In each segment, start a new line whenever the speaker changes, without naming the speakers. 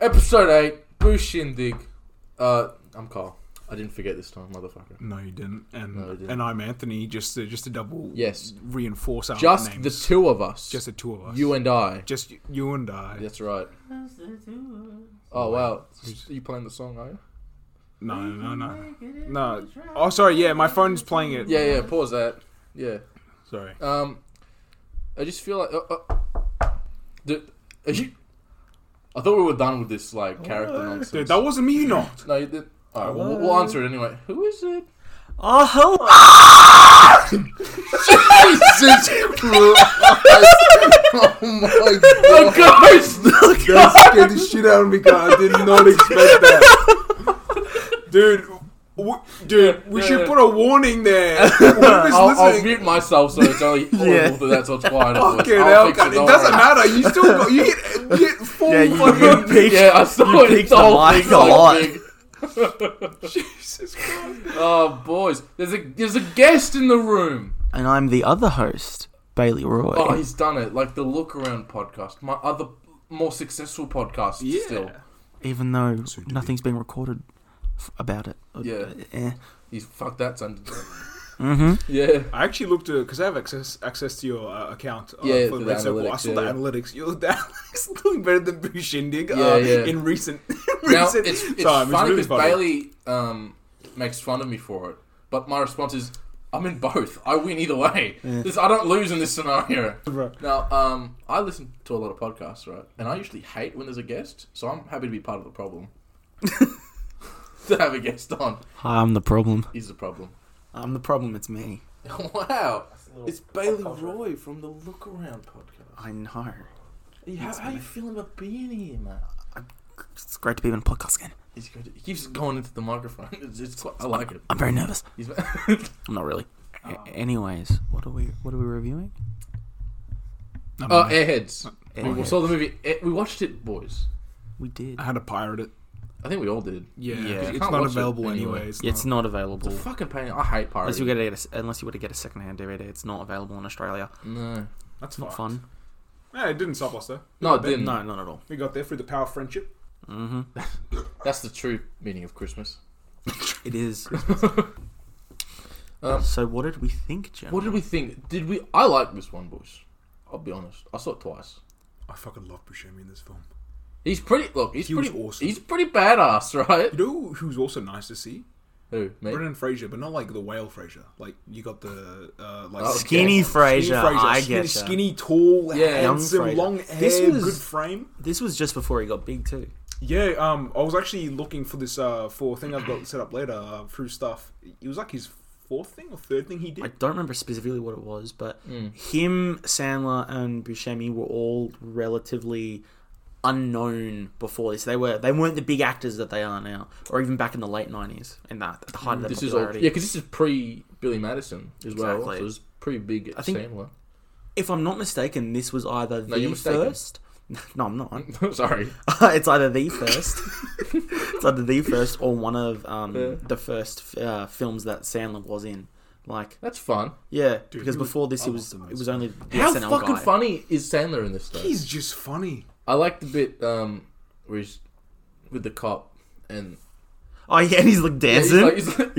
Episode 8, Boo Shindig. Uh, I'm Carl. I didn't forget this time, motherfucker.
No, you didn't. And
No, I didn't.
and I'm Anthony. Just to, just to double
Yes.
reinforce our
Just
Oh, names.
the two of us.
just the two of us.
you and I.
just y- you and I.
That's right. Oh, wow. Are you playing the song, are you?
No, no, no, no. Oh, sorry. Yeah, my phone's playing it.
Yeah, yeah, pause that. Yeah.
Sorry.
Um, I just feel like. Uh, uh, dude, are you. I thought we were done with this, like, character nonsense.
Dude, that wasn't me. You knocked.
No, you did. Alright, we'll, we'll answer it anyway. Who is it?
Oh, hello.
Jesus
oh my
Oh,
god.
Christ!
That scared the shit out of me, guys. I did not expect that.
Dude, w- dude, we
yeah,
should
yeah.
put a warning there. Whoever's
I'll, I'll
listening,
mute myself so it's only audible
Yeah.
to that, so it's quiet. afterwards.
fucking
I'll
hell,
fix
God, it
don't
doesn't
worry.
matter. You still got you hit, you hit full
Yeah, you, you
fucking.
peaked.
Yeah, I saw
You
it.
peaked
the
the
whole
mic
thing
a
so
lot.
big.
Jesus Christ.
Oh, boys, there's a there's a guest in the room.
And I'm the other host, Bailey Roy.
Oh, he's done it. Like the Look Around podcast, my other more successful podcast.
Yeah.
Still,
even though
So did
nothing's been recorded f- about it. Uh, eh.
Yeah. he's fucked that under.
Mm-hmm.
yeah.
I actually looked at because I have access access to your uh, account. Uh,
Yeah,
for
the
Red Circle. I
analytics,
saw
yeah,
the
yeah.
analytics. You're the analytics doing better than Boo Shindig uh,
Yeah, yeah.
in recent. in
Now
recent
it's it's
time.
funny
really
because Bailey um makes fun of me for it, but my response is. I'm in both. I win either way. This, I don't lose in this scenario.
Right.
Now, um, I listen to a lot of podcasts, right? And I usually hate when there's a guest, so I'm happy to be part of the problem. to have a guest on
I'm the problem.
is the problem.
I'm the problem. It's me.
wow, it's Bailey Roy from the Look Around podcast.
I know.
Are you- How, how you feeling about being here, man?
It's great to be on a podcast again.
He's good. He keeps going into the microphone. It's, it's quite, I like it.
I'm very nervous.
He's,
I'm not really. A- anyways, what are we? What are we reviewing?
oh, Airheads. We
Airheads.
saw the movie. Eh, We watched it, boys.
We did.
I had to pirate it.
I think we all did.
Yeah,
Yeah.
it's
You
can't
not
watch it
available
anyway.
anyway. It's,
It's
not.
not available
It's a fucking pain. I hate pirates.
unless you get a, get a unless you were to get a secondhand DVD. It's not available in Australia.
no,
That's
It's not
fun.
fun.
Yeah, it didn't stop us though.
no, it didn't.
No, not at all.
We got there through the power of friendship.
Mm-hmm.
That's the true meaning of Christmas.
It is.
Um,
so what did we think, Jen?
What did we think? Did we? I like this one, boys. I'll be honest. I saw it twice.
I fucking love Buscemi in this film.
He's pretty. Look, he's
He was
pretty.
awesome.
He's pretty badass, right?
You know who's also nice to see?
Who? Me?
Brendan Fraser, but not like the whale Fraser. Like you got the uh, like
Oh,
Skinny
Yeah.
Fraser. I
skinny,
get ya.
skinny, tall,
Yeah. Young
handsome,
Fraser.
long hair,
This was-
good frame.
This was just before he got big too.
Yeah, um, I was actually looking for this uh for a thing I've got set up later uh, through stuff. It was like his fourth thing or third thing he
I
did.
don't remember specifically what it was, but
Mm.
him, Sandler, and Buscemi were all relatively unknown before this. They were they weren't the big actors that they are now, or even back in the late nineties in that at the height of their
Mm, This is all. Yeah,
popularity.
because this is pre Billy Madison as well. So
Exactly.
it was pretty big. I
think- If I'm not mistaken, this was either
No,
the
you're mistaken.
first. No, I'm not.
Sorry.
it's either the first, it's either the first or one of um,
Yeah.
the first uh, films that Sandler was in. Like,
That's fun.
yeah,
Dude,
because
he was-
before this,
I
it
loved
was
him
it
as
was only the
How
SNL
fucking
guy.
funny is Sandler in this though?
He's just funny.
I like the bit um where he's with the cop and
Oh yeah, and he's like
and he's
dancing.
like, he's like,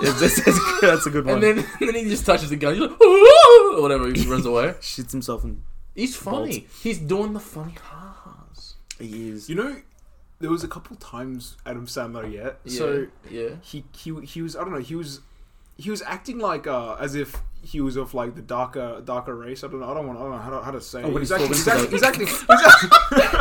Yes, that's, that's- that's a good one.
and then and then he just touches the gun. He's like, "Ooh," or whatever. He just runs away.
shits himself and
He's funny. He's doing the funny ha-has.
he is.
You know, there was a couple times Adam Sandler yet.
Yeah,
So
yeah.
he he he was I don't know he was he was acting like uh as if he was of like the darker darker race. I don't know. I don't want. I don't know how to, how to say. it.
when
he's
he's
acting.
talking
He's
to
acting.
the-
He's acting.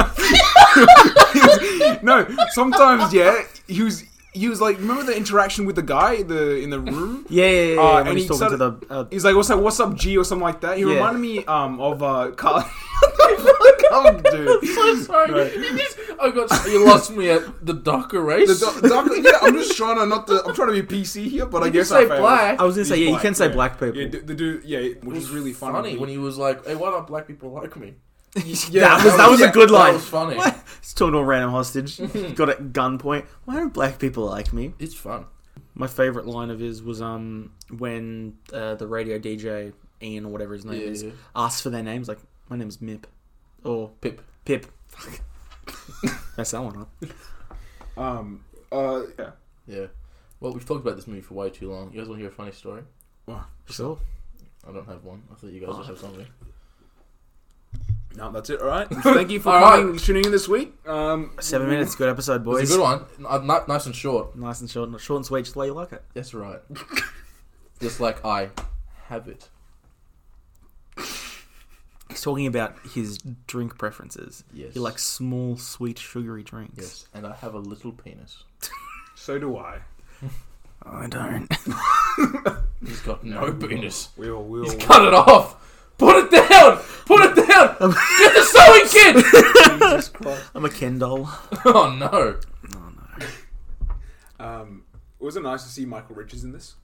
he's acting- no, sometimes yeah. He was. He was like, remember the interaction with the guy in the in the room?
Yeah, yeah, yeah. yeah,
Uh,
when
and he
he's talking to the
started-
uh,
He's like, what's up, what's up, G, or something like that. He
Yeah.
reminded me um of uh, Carl. Carl, dude.
so sorry.
Right.
You just- I got you lost me at the darker race.
The do- dark- yeah, I'm just trying to not. To, I'm trying to be PC here, but I
you
guess
say
I failed.
black.
I was gonna
He's
say yeah, you
black,
can say
yeah.
black people.
Yeah, the, the dude. Yeah, which is really funny.
when he was like, "Hey, why don't black people like me?"
Yeah,
that was that was
yeah,
a good
That
line.
was funny.
What? He's talking to a random hostage. Got at gunpoint. Why don't black people like me?
It's fun.
My favorite line of his was um when uh, the radio DJ Ian or whatever his name
Yeah,
is
yeah.
asks for their names. Like my name's Mip, or
Pip.
Pip. That's that one up.
Um. Uh. Yeah.
Yeah. Well, we've talked about this movie for way too long. You guys want to hear a funny story?
Well,
Sure.
I don't have one. I thought you guys would have something.
no, that's it. All right. Thank you for
All
coming, tuning in this week. Um.
Seven minutes, good episode, boys.
It's a good one. N- uh, n- nice and short.
Nice and short, and short and sweet, just the way you like it.
That's right. Just like I have it.
He's talking about his drink preferences.
Yes.
He likes small, sweet, sugary drinks.
Yes, and I have a little penis.
So do I.
I don't.
He's got no penis.
We all will.
He's cut it off. Put it down. Put it down. Get the sewing kit.
Jesus Christ.
I'm a Ken doll.
Oh no.
Um. Was it nice to see Michael Richards in this?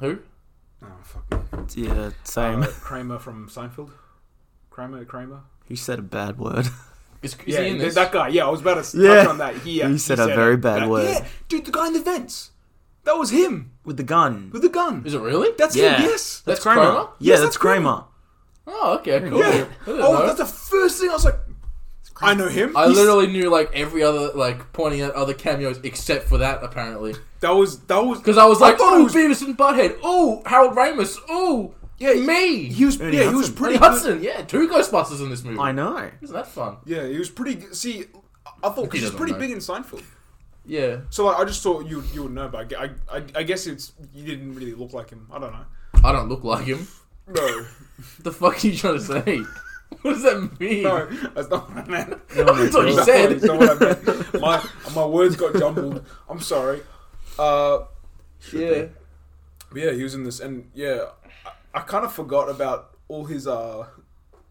Who?
Oh fuck me.
Yeah, same.
Uh, Kramer from Seinfeld. Kramer. Kramer.
he said a bad word.
Is, is
yeah,
he in
th-
this?
that guy. Yeah, I was about to
Yeah.
touch on that. He, uh,
He said a very bad
that-
word.
Yeah, dude, the guy in the vents. That was him
With the gun.
with the gun.
Is it really?
That's
Yeah.
him. Yes.
That's
Kramer.
Kramer?
Yeah,
Yes,
that's
that's Kramer.
Kramer.
Oh, okay, cool.
Yeah.
I didn't
Oh,
know.
that's the first thing I was like. I know him.
I
He's-
literally knew like every other like pointing at other cameos except for that apparently
That was that was
because I was like,
thought it
oh,
was-
Beavis and Butthead, oh, Harold Ramis, oh, yeah,
he-
me,
he was
Ernie
yeah he was
Hudson.
pretty
Ernie
good.
Hudson, yeah, two Ghostbusters in this movie.
I know.
Isn't that fun?
Yeah, he was pretty. good. See, I thought
He
he was
doesn't
pretty
know.
big in Seinfeld.
Yeah,
So like, I just thought you you would know, but I, I, I guess it's you didn't really look like him. I don't know.
I don't look like him.
No,
The fuck are you trying to say? what does that mean?
no, that's not what I meant.
That's what you
No,
said.
that's not what I meant. My my words got jumbled. I'm sorry. Uh,
yeah,
but yeah, he was in this, and yeah, I, I kind of forgot about all his uh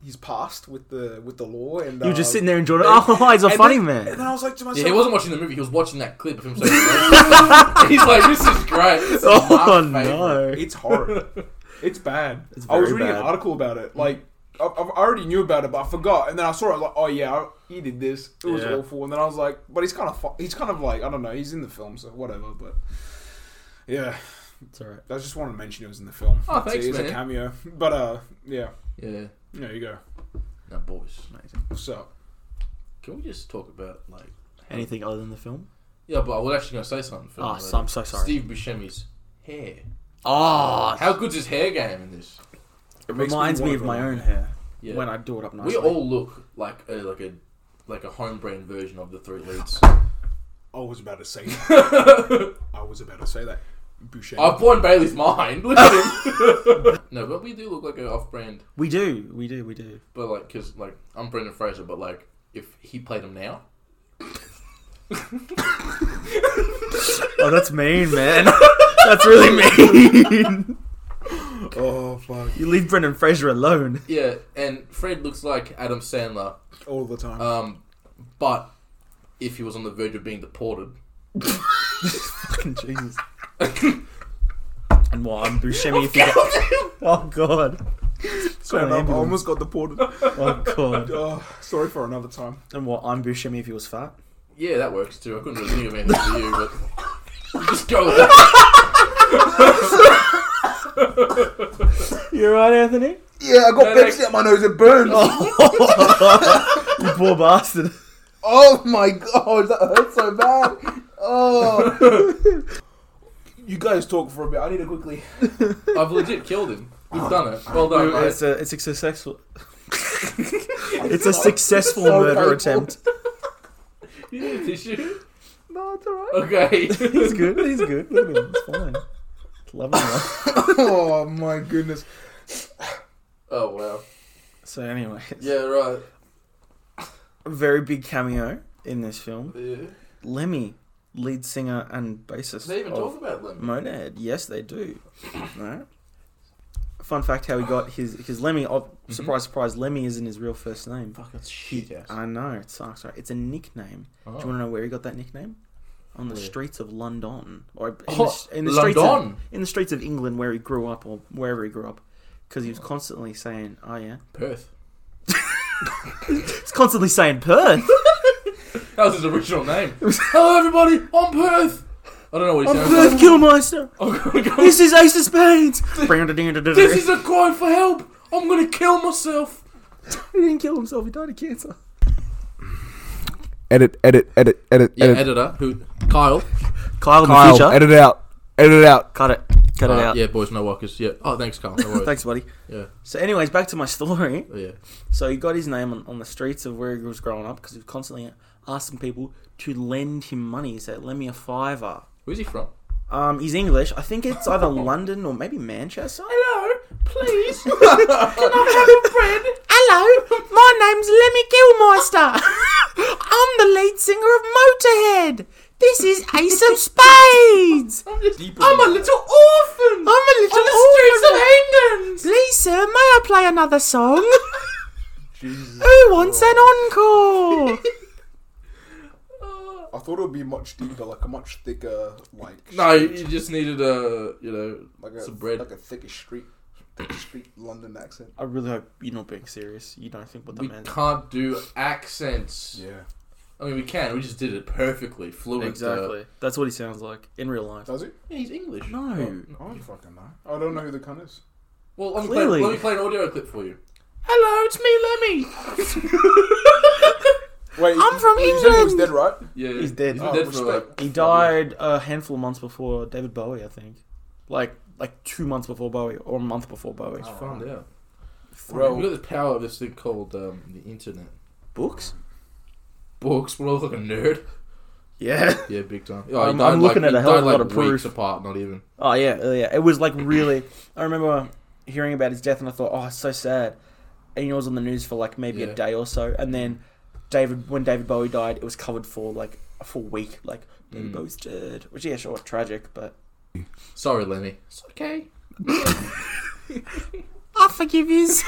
his past with the with the law, and
You
uh,
were just sitting there enjoying it. Oh, he's a
and
funny
then-
man.
And then I was like to myself,
yeah. He wasn't watching the movie. He was watching that clip of him saying. He's like, this is great. This is
oh,
my favorite.
no.
It's horrid. it's bad.
It's
I was
very
reading
bad.
an article about it. Like, I, I already knew about it, but I forgot. And then I saw it. I was like, oh yeah, I- he did this. It was
Yeah.
awful. And then I was like, but he's kind of fu- he's kind of like I don't know. He's in the film, so whatever. But yeah,
It's alright.
I just want to mention it was in the film.
Oh,
That's it.
thanks,
It's
man.
a cameo. But uh, yeah,
Yeah,
there you go.
now boys,
So
can we just talk about like?
Anything other than the film?
Yeah, but I was actually going to say something. For
Oh,
him,
so- I'm so sorry.
Steve Buscemi's hair.
Oh,
How good's his hair game in this?
it makes
reminds me
wanna
of
go
my
on.
own hair.
Yeah.
When I do it up
we
nicely.
all look like a, like a like a home brand version of the three leads.
I was about to say. That. I was about to say that. Boucher.
I've blown Bailey's mind. Look at him. no, but we do look like an off-brand.
We do. We do. We do.
But like, cause like I'm Brendan Fraser, but like if he played him now,
Oh, that's mean, man. that's really mean.
oh fuck!
you leave Brendan Fraser alone.
yeah. And Fred looks like Adam Sandler,
All the time.
Uh,
um, but if he was on the verge of being deported,
Fucking Jesus. and what? I'm Buscemi. If you get... Oh God.
so
an
I
ambulance.
almost got deported.
Oh God.
oh, sorry for another time.
And what? I'm Buscemi. If he was fat.
yeah, that works too. I couldn't really think of anything for you, but just go with that.
You're right, Anthony.
Yeah, I got
no.
Pepsi up my nose. It burns. Oh,
You poor bastard.
Oh
my god, that hurts so bad. Oh,
You guys talk for a bit. I need to quickly.
I've legit killed him. We've done it. Well done, mate.
It's a. It's a successful. it's a successful
So
murder
painful.
attempt.
You need a tissue?
No, it's alright.
Okay.
He's good. He's good. Look at him. It's fine. It's loving life.
oh my goodness.
oh wow.
So anyway,
Yeah, right.
a very big cameo in this film.
Yeah.
Lemmy, lead singer and bassist
They even
of
talk about them.
Monad. Yes, they do. No. Fun fact: How he got his his Lemmy. Oh,
Mm-hmm.
surprise, surprise! Lemmy isn't his real first name.
Fuck, that's shit ass.
I know it sucks. Right? It's a nickname. Uh, Do you
Oh.
want to know where he got that nickname? On the
Where?
streets of London, or in,
Oh,
the, s- in the streets of,
London.
in the streets of England, where he grew up, or wherever he grew up, because he was constantly saying, "Oh yeah,"
Perth.
it's constantly saying Perth.
That was his original name. Hello, everybody. I'm Perth. I don't know what he sounds
Perth
like. Oh,
Killmeister.
I'm gonna go-
This is Ace of Spades.
This
he
is a cry for help. I'm gonna kill myself.
didn't kill himself. He died of cancer.
edit, edit, edit, edit,
Yeah,
edit.
editor who Kyle.
Kyle in the
Kyle,
future.
edit it out. Edit it out.
Cut it. Cut it
Uh,
out.
Yeah, boys, no walkers. Yeah. Oh, thanks, Kyle. No worries.
Thanks, buddy.
Yeah.
So, anyways, back to my story.
Oh, yeah.
So he got his name on, on the streets of where he was growing up because he was constantly asking people to lend him money. He said, "Lend me a fiver."
Where's he from?
Um, he's English. I think it's either London or maybe Manchester.
Hello, please. Can I have a bread?
Hello, my name's Lemmy Gilmeister. I'm the lead singer of Motorhead. This is Ace of Spades.
I'm, just, I'm a little orphan.
I'm a little
orphan. streets of England.
Please, sir, may I play another song? Who wants an encore?
I thought it would be much deeper, like a much thicker, like
No, you just needed a, you know, some bread.
a thicker street, thicker street London accent.
I really hope you're not being serious. You don't think what
we can't do accents.
Yeah,
I mean, we can. We just did it perfectly, fluent. uh,
Exactly. That's what he sounds like in real life.
does it?
yeah, he's English.
No.
I don't fucking know. I don't know who the cunt is.
Well, I'm
Clearly.
Play, let me play an audio clip for you.
Hello, it's me, Lemmy.
Wait,
I'm from
you said he was
England.
dead, right?
Yeah,
He's dead.
He's
Oh,
been dead for
respect.
like.
He died a handful of months before David Bowie, I think. Like like two months before Bowie or a month before Bowie.
I found out.
Bro.
We've got the power of this thing called um, the internet.
Books?
Books. We're all like a nerd. Oh,
Yeah.
Yeah, big time.
I'm- I'm looking at a hell of a lot of proof.
weeks apart. Not even.
Oh yeah, uh, yeah. It was like really. I remember hearing about his death, and I thought, oh, it's so sad. And you know, it was on the news for like maybe
Yeah.
a day or so, and then David, when David Bowie died, it was covered for like a full week. Like David
Mm.
Bowie's dead, which yeah, sure, tragic, but
Sorry, Lenny. It's okay.
I forgive yous.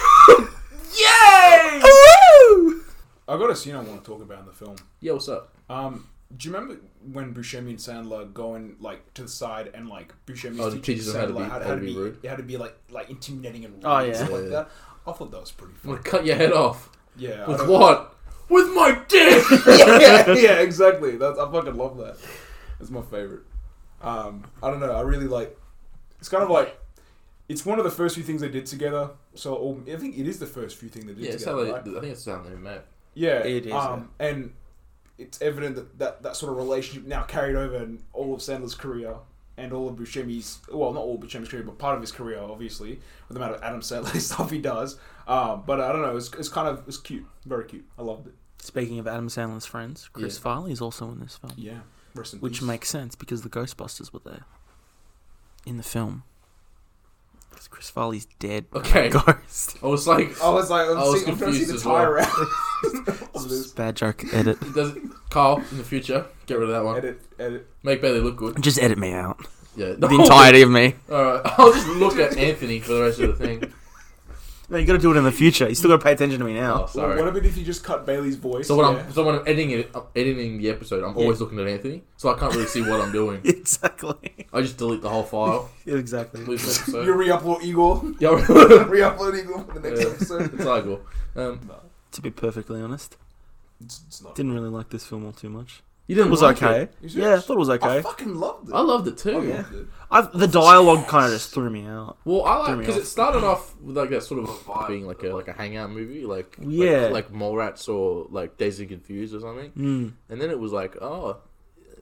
Yay!
Woo!
I got a scene I want to talk about in the film.
Yeah, what's up?
Um, do you remember when Buscemi and Sandler go in like to the side and like Buscemi's
Oh,
teaching
teaches them how to
Sandler
be- how
how,
to
to
be
be,
rude.
how to be like like intimidating and rude
Oh,
and
yeah.
stuff like
Yeah.
that? I thought that was pretty
I'm
funny.
gonna cut your head off.
Yeah, I
With
don't-
what? With my dick.
yeah, yeah, exactly. That's, I fucking love that. It's my favorite. Um, I don't know. I really like. It's kind of like. It's one of the first few things they did together. So or, I think it is the first few thing they did
yeah, it's how
together.
they, I
right?
think it's how they met.
Yeah,
It is,
Um, And it's evident that, that that sort of relationship now carried over in all of Sandler's career and all of Buscemi's, well, not all of Buscemi's career, but part of his career, obviously, with the amount of Adam Sandler stuff he does. Um, but I don't know. It's, it's kind of it's cute, very cute. I loved it.
Speaking of Adam Sandler's friends, Chris
Yeah.
Farley is also in this film,
Yeah, rest in
which
peace.
makes sense because the Ghostbusters were there in the film. Because Chris Farley's dead.
Okay.
Ghost.
I was like,
I was like, I'm,
I was
see- I'm trying to see
confused
the
as
tie
well.
around. Of this.
Bad joke. Edit.
does Carl in the future get rid of that one?
edit, edit.
Make Bailey look good.
Just edit me out.
Yeah,
The entirety of me.
All right, I'll just look at Anthony for the rest of the thing.
No, you got to do it in the future. You still got to pay attention to me
Oh,
now.
sorry.
What about if you just cut Bailey's voice?
so when
yeah.
I'm so when I'm editing it, I'm editing the episode, I'm always looking at Anthony, so I can't really see what I'm doing.
Exactly.
I just delete the whole file.
Exactly.
Leave the episode.
you re-upload Igor,
Yeah,
re-upload Igor for the next
Yeah.
episode.
it's Igor. Um,
To be perfectly honest,
It's, it's not.
didn't really like this film all too much.
you didn't
It was
like
okay.
It.
You
Yeah, I
serious?
thought it was
I
okay.
fucking loved it.
I loved it
I
too.
loved it.
i the dialogue kind of just threw me out.
Well, I like
Threw me
because
off.
it started off with like that sort of vibe being like a like a hangout movie, like like-
Yeah.
like, Mallrats or like Daisy Confused or something.
Mm,
And then it was like, oh,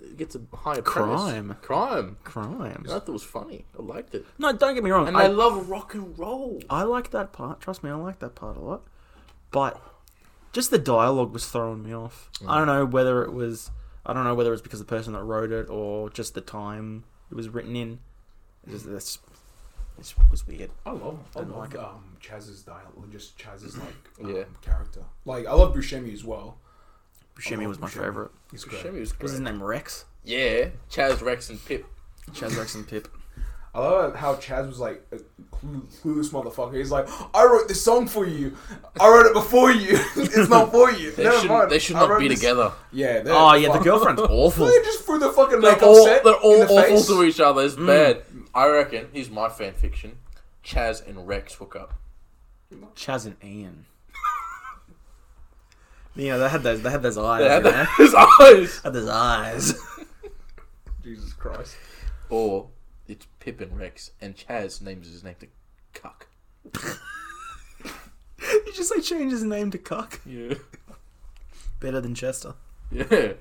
it gets a higher
Crime.
premise. crime. I
crimes.
thought it was funny. I liked it,
No, don't get me wrong.
and
I,
I, love rock and roll.
I like that part. Trust me, I like that part a lot. But just the dialogue was throwing me off. I don't know whether it was I don't know whether it was because the person that wrote it or just the time it was written in. It was, that's it was weird.
I love, I
Didn't
love
like it.
um, Chaz's dialogue, just Chaz's like um,
Yeah.
character. Like I love Buscemi as well.
Buscemi was my
Buscemi.
favorite.
He's great.
Buscemi was
Was his
great.
name Rex?
Yeah, Chaz, Rex, and Pip.
Chaz Rex and Pip.
I love how Chaz was like a clue- clueless motherfucker. He's like, I wrote this song for you. I wrote it before you. it's not for you.
They
Never
should
mind.
they should
I
not
wrote
be
this-
together.
Yeah. they're-
Oh yeah, the
fuck.
girlfriend's awful.
They just threw the fucking
They're
makeup
all
set.
they're all
in the
awful
face. Mm.
to each other. It's bad. I reckon. Here's my fan fiction: Chaz and Rex hook up.
Chaz and Ian. Yeah, they had those. They had those eyes.
They
you
had
know?
that- his eyes.
Had those eyes.
Jesus Christ.
Or it's Pip and Rex, and Chaz names his name to Cuck.
you just say change his name to Cuck.
Yeah.
Better than Chester.
Yeah.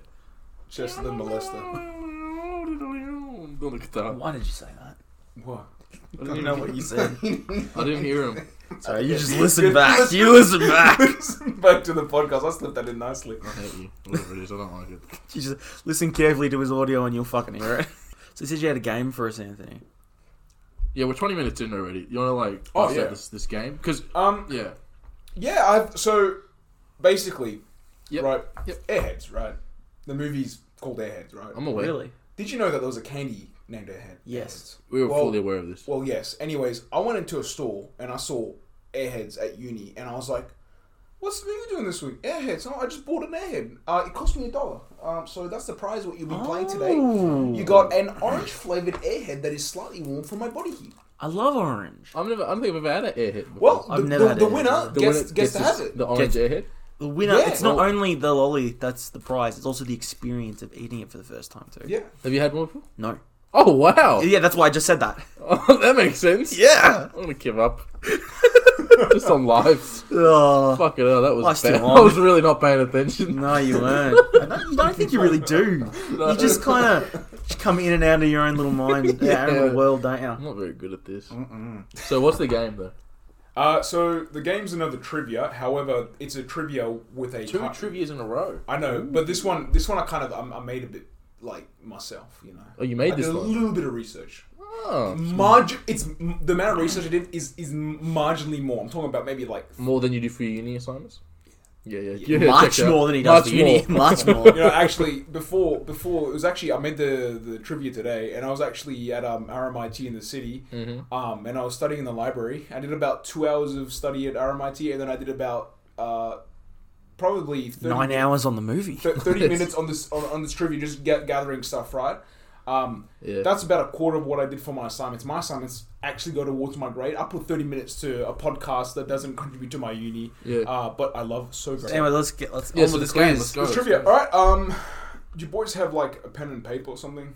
Just the molester.
On the guitar.
Why did you say that?
What?
I don't know what you said.
I didn't hear him.
Sorry, you just listen back. You listen back.
Listen back to the podcast. I slipped that in nicely.
I hate you. Whatever it is, I don't like it.
You just listen carefully to his audio and you'll fucking hear it. So he said you had a game for us, Anthony.
Yeah, we're 20 minutes in already. You want to like
Oh,
offset
yeah.
this this game? Because
Um,
yeah,
yeah, I've so basically,
Yep.
right?
Yep.
Airheads, right? The movie's called Airheads, right?
I'm aware.
Really?
Did you know that there was a candy named Airhead?
Yes.
We were
Well-
fully aware of this.
Airheads? Well, yes. Anyways, I went into a store and I saw Airheads at uni, and I was like, "What's the movie doing this week? Airheads? Oh, I just bought an Airhead. Uh, it cost me a dollar. Um, so that's the prize. What you'll be playing today?
Oh.
You got an orange flavored Airhead that is slightly warm from my body heat.
I love orange.
I've never, I don't think I've ever had an airhead. Before.
Well,
I've
the,
never
the-
had
the
Airhead
winner
either.
The
gets,
winner
gets to have
this-
it.
the orange airhead.
The winner,
Yeah,
it's not
well-
only the lolly that's the prize, it's also the experience of eating it for the first time, too.
Yeah.
Have you had one before?
No.
Oh wow,
Yeah, that's why I just said that.
oh, that makes sense.
Yeah.
I'm gonna give up. Just on live.
Oh,
Fuck it, hell, that was
Life's too
bad.
long.
I was really not paying attention.
no, you weren't. I don't, you don't think you really do. You just kind of come in and out of your own little mind, yeah.
Yeah.
out of the world, don't
I'm
you?
not very good at this.
Mm-mm.
So what's the game though?
Uh, so the game's another trivia. However, it's a trivia with a
Two
type-
trivia's in a row.
I know, but this one, this one, I kind of I'm, I made a bit like myself, you know.
Oh, you made
I
this
did a
one?
little bit of research.
Oh,
Marg, it's the amount of research I did is is marginally more. I'm talking about maybe like
more than you do for your uni assignments. Yeah, yeah, yeah.
Much
check it out.
more than he does
Much
for uni.
more.
Much
you
more.
know actually before before it was actually I made the the trivia today, and I was actually at um RMIT in the city,
Mm-hmm.
um, and I was studying in the library. I did about two hours of study at RMIT, and then I did about uh probably 30
Nine hours on the movie.
thir- 30 minutes on this on, on this trivia just ga- gathering stuff right um,
Yeah.
that's about a quarter of what i did for my assignments my assignments actually go towards my grade i put 30 minutes to a podcast that doesn't contribute to my uni
Yeah.
uh, but i love so very
Anyway, let's get let's
Yeah,
on
so
with
this
this
game,
quiz.
let's go.
It's trivia all right um do you boys have like a pen and paper or something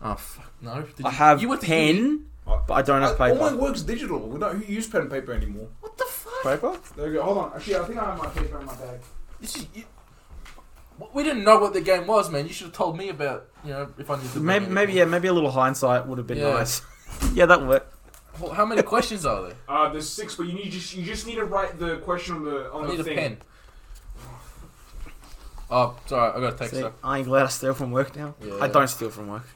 Oh fuck no! Did
I have
went to uni?
pen,
I-
but I don't have
I-
paper.
all my work's digital we don't use pen and paper anymore
What the fuck?
paper?
there we go hold on actually i think i have my paper in my bag
This is. You, we didn't know what the game was, man. You should have told me about. You know, if I knew. the
Maybe,
game.
maybe yeah, maybe a little hindsight would have been
Yeah.
nice. yeah, that worked.
Well, how many questions are there?
uh, there's six but you need just you just need to write the question on the on
I
the
need a
thing
pen. Oh, sorry, I got a text.
See,
up.
I ain't glad I steal from work now.
Yeah.
I don't steal from work.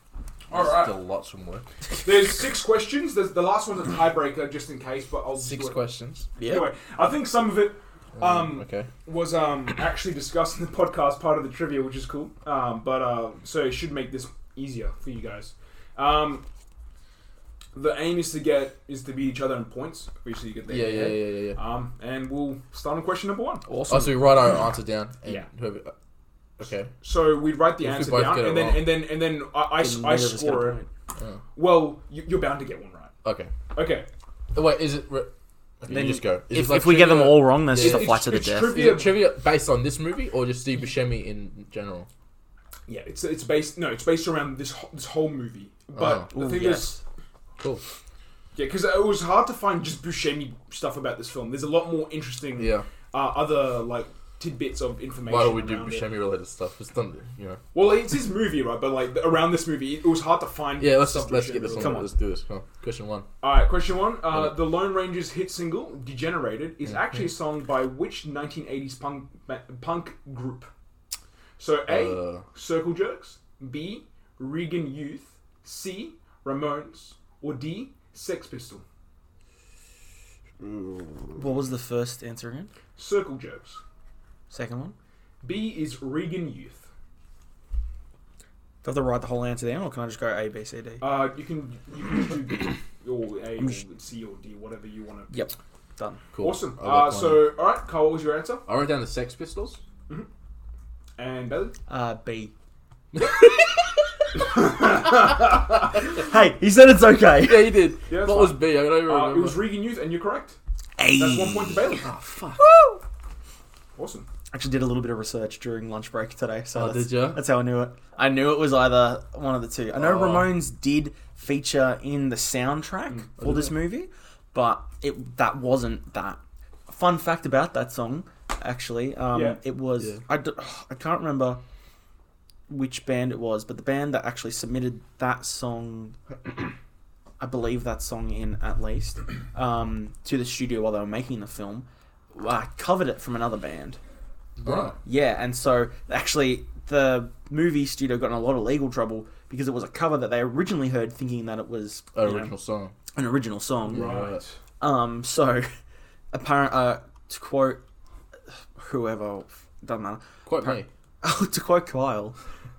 all
There's
right
Still lots from work.
There's six questions. There's the last one's a tiebreaker, just in case. But I'll
Six
do it.
questions. Mm,
Yeah.
Anyway, I think some of it um,
Okay.
was um, actually discussed in the podcast part of the trivia, which is cool. Um, but uh, so it should make this easier for you guys. Um, the aim is to get is to beat each other in points. Obviously, you get the
Yeah, yeah, yeah, yeah, yeah.
Um, and we'll start on question number one.
Oh,
Awesome.
so we write our answer down. And
Yeah.
Whoever, uh, okay.
So we'd write the
If we
answer
both
down,
get it
and then,
wrong.
and then and then I,
Then
I, I
neither of us get a
score it.
point.
Oh.
Well, you, you're bound to get one right.
Okay.
Okay,
Wait, is it? Re- okay,
Then
you just go. Is
If,
it like
if we get them
trivia-
all wrong, there's
Yeah.
just a
It's-
fight to the
it's
death.
trivia.
Is it trivia based on this movie or just Steve Buscemi in general?
Yeah, it's it's based no, it's based around this wh- this whole movie. But
Oh.
the
Ooh,
thing
yes.
is,
Cool.
yeah, because it was hard to find just Buscemi stuff about this film. There's a lot more interesting,
Yeah.
uh, other like tidbits of information.
Why would we do
around it.
Buscemi related stuff? It's done, you know.
Well, it's his movie, right? But like around this movie, it was hard to find.
Yeah, let's
stuff
just let's get this
Buscemi.
on.
Come on.
Let's do this. Come on. Question one.
All right, question one. Uh,
Yeah.
The Lone Ranger's hit single "Degenerated" is actually a song by which 1980s punk ba- punk group? So A.
Uh,
Circle Jerks, B. Regan Youth, C. Ramones, or D. Sex Pistol.
What was the first answer again?
Circle Jerks.
Second one?
B is Regan Youth.
Do I have to write the whole answer down, or can I just go A, B, C, D?
Uh, you can you can do B or A
I'm
or
sh-
C or D, whatever you want to.
Yep. Done.
cool.
Awesome.
I'll
Uh,
work on it.
so, all right, Carl, what was your answer?
I wrote down the Sex Pistols.
And Bailey.
Uh, B. hey, he said it's okay.
Yeah, you did.
Yeah, that's
what was B? I don't even
Uh,
remember.
it was Regan Youth, and you're correct.
A.
That's one point to Bailey.
oh fuck.
Awesome.
Actually, did a little bit of research during lunch break today, so
Oh,
that's,
did ya?
that's how I knew it. I knew it was either one of the two. I know
Oh. Mm,
Ramones did feature in the soundtrack
oh,
for this movie, but it that wasn't that. Fun fact about that song, actually, um,
Yeah.
it was
Yeah.
I, d- I can't remember which band it was, but the band that actually submitted that song, I believe that song in at least, um, to the studio while they were making the film, uh, covered it from another band.
Right.
Yeah, and so actually, the movie studio got in a lot of legal trouble because it was a cover that they originally heard, thinking that it was you know,
Original song.
an original song.
Right.
Um, so, apparent uh, to quote whoever doesn't matter.
Quite me.
Oh, to quote Kyle,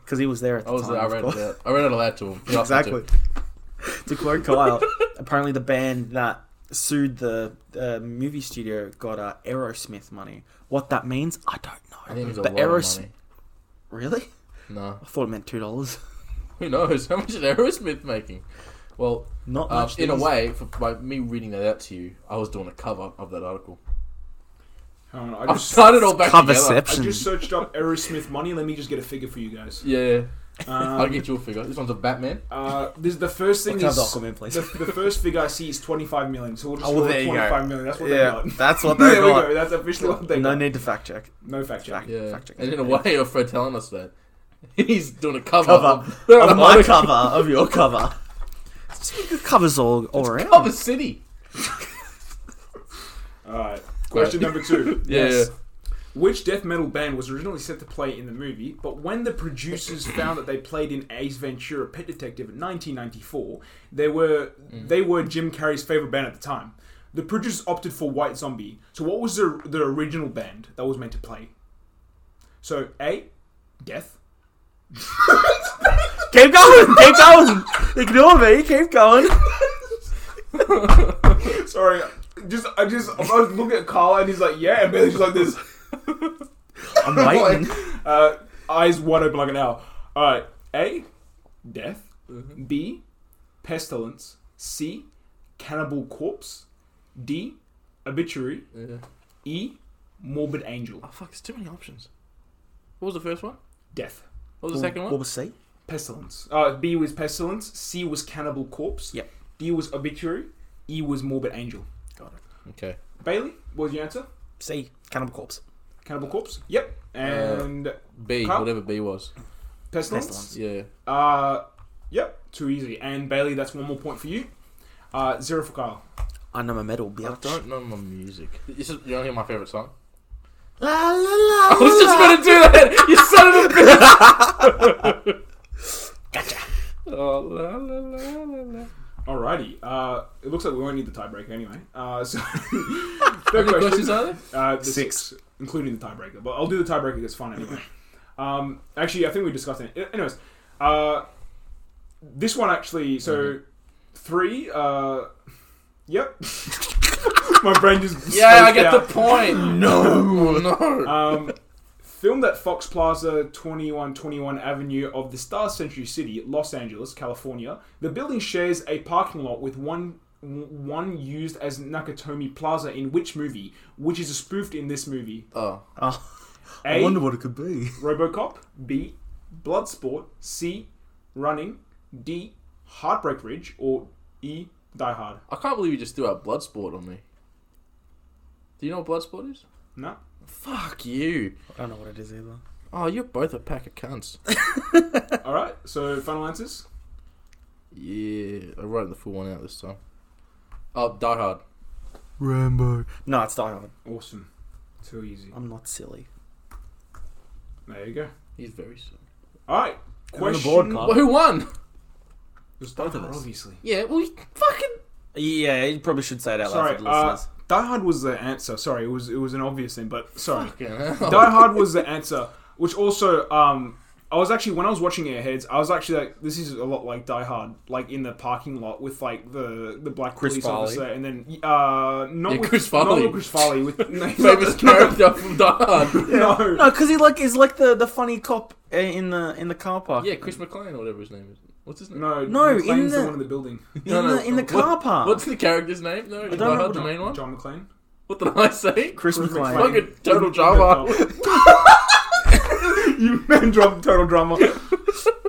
because he was there at the
I was
time.
there. I
of
read
course.
Oh, it out. I read it aloud to him. He asked me to.
exactly. to quote Kyle, apparently the band that sued the uh, movie studio got uh, Aerosmith money. What that means, I don't know.
I think it was a
But
lot
Aeros-
of money.
Really?
No.
I thought it meant two dollars.
Who knows? How much is Aerosmith making? Well,
Not
uh,
much.
in a
these-
way, for, by me reading that out to you, I was doing a cover of that article.
I don't know. I
I've
just,
started all back together.
I
Coverception.
just searched up Aerosmith money. Let me just get a figure for you guys.
Yeah, I'll
Um,
get you a figure. This one's a Batman.
uh, this the first thing
What kind of
is
document, please?
the, the first figure I see is twenty five million. So we'll just
Oh,
oh,
well, there you go.
25 million. That's what they
yeah,
got.
that's what they
there we
got.
go. That's officially what they
No
got.
need to fact check.
No fact check.
Yeah,
Fact check.
and in a way, of Fred telling us that he's doing a cover,
Cover
of, of
of my
article.
cover of your cover. It's just good covers all all around.
Cover City.
All right. Question number two.
Yeah,
Yes.
Which death metal band was originally set to play in the movie, but when the producers found that they played in Ace Ventura: Pet Detective in 1994, they were they were Jim Carrey's favorite band at the time. The producers opted for White Zombie. So what was the the original band that was meant to play? So A, Death.
Keep going, keep going. Ignore me, keep going.
Sorry, just I just I was looking at Carl and he's like, yeah, and Bailey's just like this.
I'm waiting.
Uh, eyes wide open like an owl. All right. A. Death. B. Pestilence. C. Cannibal corpse. D. Obituary.
yeah.
E. Morbid angel.
Oh fuck! There's too many options. What was the first one?
Death.
What was the second
What
one?
was C?
Pestilence. Uh, B was pestilence. C was cannibal corpse.
Yep.
D was obituary. E was morbid angel. Got it.
Okay.
Bailey, what was your answer?
C. Cannibal Corpse.
Cannibal corpse. Yep. And
B,
Huh?
whatever B was.
pestilence.
Pestilence.
Yeah.
Uh, yep. Too easy. And Bailey, that's one more point for you. Uh, zero for Kyle.
I know my metal,
I
bitch.
don't know my music. This is, you want to hear my favorite song?
La la la.
I was just gonna do that. You son of a bitch. gotcha. Oh la la la la la.
Alrighty. Uh, it looks like we won't need the tiebreaker anyway. Uh, so,
How
third
many questions
question.
are there?
Uh, the six. including the tiebreaker. But I'll do the tiebreaker. It's fun anyway. Um, actually, I think we discussed it. Anyways, uh, this one actually. So three. Uh, yep. My brain just
Yeah, I
spaced
get
out.
the point. No, no.
Um, filmed at Fox Plaza, 2121 Avenue of the Star Century City, Los Angeles, California. The building shares a parking lot with one one used as Nakatomi Plaza in which movie, which is spoofed in this movie?
oh,
Oh,
A.
what it could be.
RoboCop. B. Bloodsport. C. Running. D. Heartbreak Ridge. Or E. Die Hard.
I can't believe you just threw out Bloodsport on me. Do you know what Bloodsport is?
No.
Fuck you.
I don't know what it is either.
Oh, you're both a pack of cunts.
All right. So final answers.
yeah, I wrote the full one out this time. Oh, Die Hard.
Rambo. No, it's Die Hard.
Awesome. Too easy.
I'm not silly.
There you go.
He's very silly.
All right.
You're on the
Question.
board, Carl.
Well, who won?
There's both
of us.
obviously.
Uh, Yeah, well, you fucking.
Yeah, you probably should say it out
Sorry,
loud for the
uh,
listeners.
Die Hard was the answer. Sorry, it was it was an obvious thing, but sorry,
Yeah.
Die Hard was the answer. Which also, um, I was actually when I was watching Airheads, I was actually like, this is a lot like Die Hard, like in the parking lot with like the the black
Chris
police
Farley.
officer, and then uh, not
Yeah,
with
Chris
not
Farley.
with Chris Farley with no,
Famous character from Die Hard.
No,
No, because he like is like the, the funny cop uh, in the in the car park.
Yeah, Chris McLean or whatever his name is. What's his name?
no,
No, in
McClane's the
the-
one in the building.
in the in the
what-
car park.
What's the character's name? No, Die
remember
Hard, the main one.
John McClane.
What did I say?
Chris
Chris
McClane.
McClane.
Fucking total drama.
you man dropped total drama.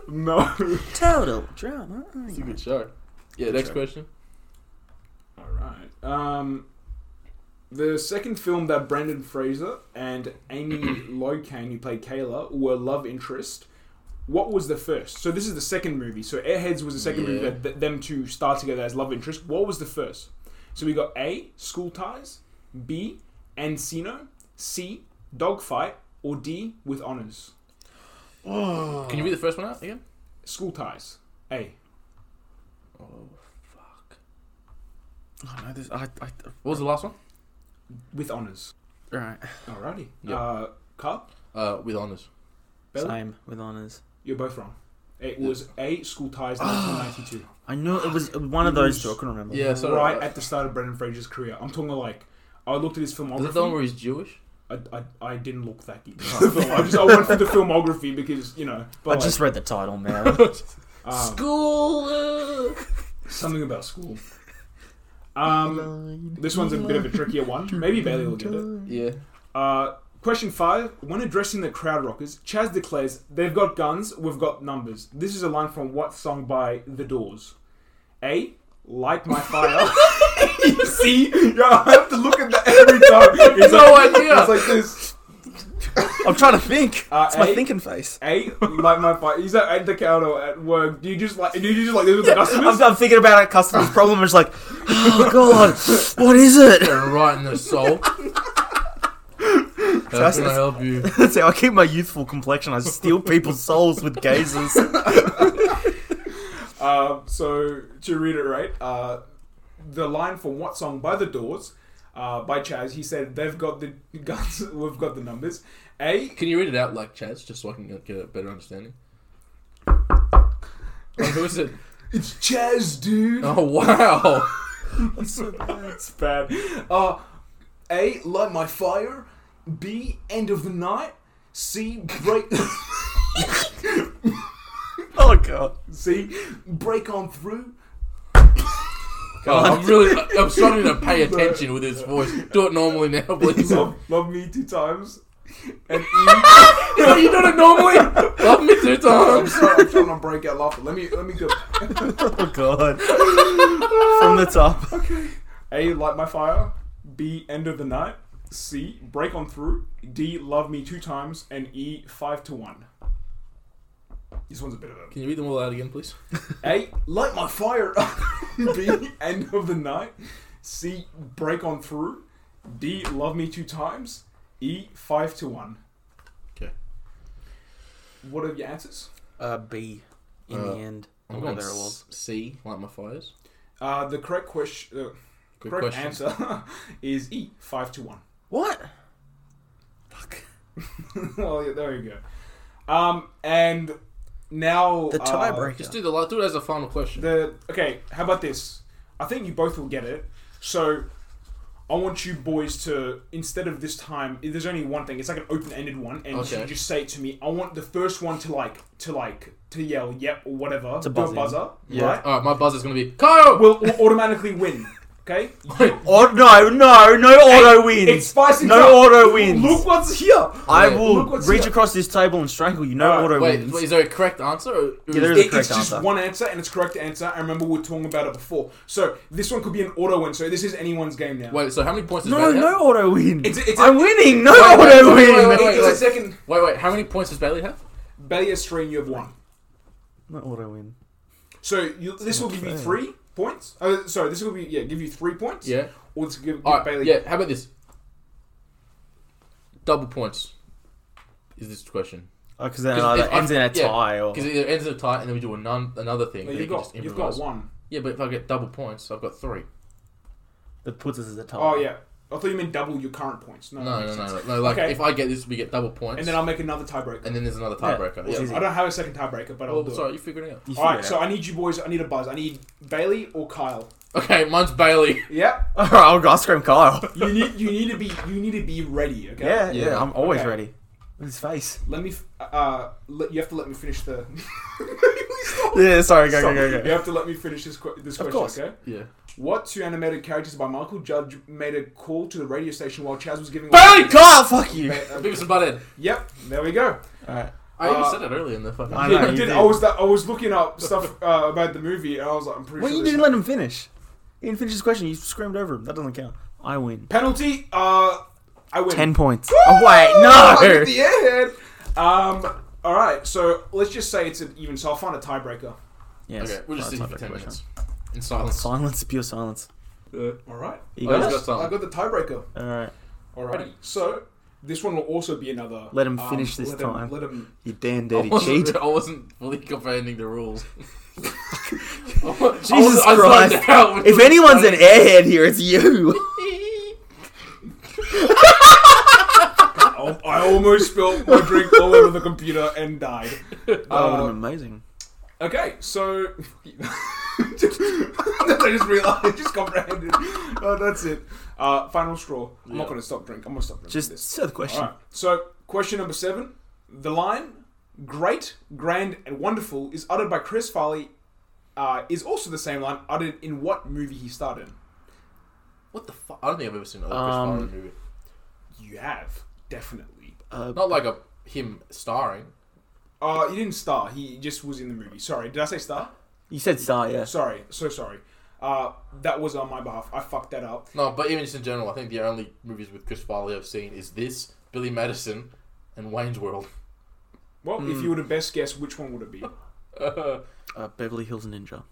no.
Total drama.
It's a good show. Yeah, next question.
All right. Um, the second film that Brendan Fraser and Amy Locane, who played Kayla, were love interest what was the first? So this is the second movie. So Airheads was the second
Yeah.
movie that th- them two star together as love interest. What was the first? So we got A. School Ties. B. Encino. C. Dogfight. Or D. With honors.
Can you read the first one out again?
School Ties. A.
Oh fuck!
Oh, no, this, I, I,
What was the last one?
With honors.
right.
Alrighty.
Yeah.
Uh, Carl,
Uh, with honors.
Bella?
Same with honors.
you're both wrong. It was A. School Ties. 1992.
I know it was one of those two. I couldn't remember.
Yeah, so uh,
right at the start of Brendan Fraser's career. I'm talking like I looked at his filmography.
Is that the one where he's Jewish?
I, I, I didn't look that deep. into the film. I just I went through the filmography because you know.
I
But
just read the title, man.
like, um,
School. uh,
something about school. Um, this one's a bit of a trickier one. Maybe Bailey will get it.
yeah.
Uh, question five. When addressing the crowd rockers, Chaz declares, "They've got guns. We've got numbers." This is a line from what song by The Doors? A. Light my fire. you see, Yo, I have to look at that every time. It's
No
like,
idea.
it's like this.
I'm trying to think.
Uh,
It's my
A.
thinking face.
A, like my fight. Is that at the counter or at work? Do you just like? Do you just like this with the customers?
I'm, I'm thinking about our customer's problem. It's like, oh god, what is it?
They're right in the soul. How
Trust
can I
us.
help you?
That's how I keep my youthful complexion. I steal people's souls with gazes.
Uh, so to reiterate, uh, the line from what song by the Doors, uh, by Chaz, he said they've got the guns, we've got the numbers. A,
Can you read it out like Chaz, just so I can get a better understanding? Oh, who is it?
it's Chaz, dude.
Oh wow!
That's bad. Uh, A, light my fire. B, end of the night. C, break.
Oh god.
C, break on through.
God, I'm really, I'm starting to pay attention with his voice. Do it normally now, please.
Love, love me two times. And E.
No, you done it normally. Love me two
I'm
times.
sorry, I'm trying to break out laughter. Let me, let me go.
Oh god. From the top.
A. Light my fire. B. End of the night. C. Break on through. D. Love me two times. And E. Five to one. This one's a bit of a.
Can you read them all out again, please?
A. Light my fire. B. End of the night. C. Break on through. D. Love me two times. E. Five to one.
Okay.
What are your answers?
Uh, B. In
Uh,
the end,
I'm
Whatever
going
it was.
C, light my fires.
Uh, the correct question. Uh,
Good
correct
question.
answer is E. Five to one.
What? Fuck.
well, yeah, there you go. Um, and now
The
uh,
tiebreaker.
Just do the la- do it as a final question.
the okay, how about this? I think you both will get it. So, I want you boys to instead of this time, if there's only one thing. It's like an open-ended one, and
Okay.
you just say it to me. I want the first one to like to like to yell "yep" or whatever. To
buzz in.
buzzer,
Yeah.
right?
All right, my buzzer's gonna be Kyle.
Will will automatically win. Okay,
Oh no, no, no auto wins.
It's spicy.
No
up.
auto wins.
Look what's here.
I
Wait,
will
look what's
reach
here.
across this table and strangle you. No
Alright,
auto
Wait,
wins.
wait, is there a correct answer? Or or
Yeah, there
is
is a
It-
correct
it's just
answer.
one answer and it's correct answer. I remember we were talking about it before. So this one could be an auto win. So this is anyone's game now.
Wait, so how many points does
no,
Bailey
no
have?
auto win.
It's- it's-
I'm winning. No
wait, wait,
auto
wait, wait,
win.
wait,
It's
wait.
a second.
Wait, wait, how many points does Bailey have?
Belly is three and you have one.
No auto win.
So you, this will give you three points. Uh, sorry, this will be yeah, give you three points.
Yeah.
Or this will give, give
All right,
Bailey.
yeah. How about this? Double points. Is this question?
Oh,
Because then
'Cause
either
if I-
ends in a
yeah,
tie or
Because it either ends in a tie, and then we do anon- another thing.
No,
and
you've
we can
got
just
you've got
improvise.
one.
Yeah, but if I get double points, I've got three.
that puts us as a tie.
Oh yeah. I thought you meant double your current points. No, that
No, no,
makes
no,
sense.
no. no like
Okay.
if I get this, we get double points,
And then I'll make another tiebreaker.
and then there's another tiebreaker.
Yeah,
Yeah.
it's easy.
I don't have a second tiebreaker, but I'll
Oh,
do
sorry,
it.
you figured it out.
You
All right,
figured
so
it
I need you boys. I need a buzz. I need Bailey or Kyle.
Okay, mine's Bailey.
Yep.
out. All right, I'll, I'll scream Kyle.
You need you need to be you need to be ready. Okay.
Yeah, yeah,
Yeah.
I'm always
Okay.
ready. With his face.
Let me. F- uh, let, you have to let me finish the.
Yeah, sorry, go,
Stop.
go, go,
You
go.
have to let me finish this, que- this question,
course.
okay?
Yeah.
What two animated characters by Michael Judge made a call to the radio station while Chaz was giving.
Bailey,
Kyle, fuck you.
Uh,
Beavis and Butthead.
yep, there we know.
Alright.
I even
Uh,
said it earlier in the fucking.
I
Yeah,
know.
I,
you
did.
did.
I was that, I was looking up stuff uh, about the movie, and I was like, I'm pretty
Well,
sure.
you
this-
didn't let him finish. You didn't finish his question. You screamed over him. That doesn't count. I win.
Penalty. Uh, I win.
Ten points. Oh, wait,
I
no!
get the airhead. Um, All right, so let's just say it's an even. So I'll find a tiebreaker.
Yes.
okay, we'll just sit
That's my
here for
favorite
ten
question.
minutes in silence.
Silence, pure silence.
Uh,
All right,
You
Oh,
I,
he's
guys,
got
got
some.
I got the tiebreaker.
all right.
All right, so this one will also be another. um,
Let him finish this
let
time.
Him, let him.
You damn
I
dirty
wasn't,
cheat.
I wasn't fully comprehending the rules.
Jesus Christ. If anyone's an airhead here, it's you. Oh,
I I almost spilled my drink all over the computer and died.
that would
Uh,
have been amazing.
Okay, so I just realised, I just comprehended. Oh, that's it. Uh, final straw. I'm
Yeah.
not going to stop drink. I'm going to stop drinking.
Just
this.
say the question.
All right. So, question number seven: The line "Great, grand, and wonderful" is uttered by Chris Farley. Uh, is also the same line uttered in what movie he starred in?
What the fuck? I don't think I've ever seen another
Um,
Chris Farley movie.
You have definitely.
Not like a him starring.
Uh, he didn't star. He just was in the movie. Sorry, did I say star?
You said star, yeah.
Sorry, so sorry. Uh, that was on my behalf. I fucked that up.
No, but even just in general, I think the only movies with Chris Farley I've seen is this, Billy Madison, and Wayne's World.
Well, if you were to best guess, which one would it be?
Uh,
Uh, Beverly Hills Ninja.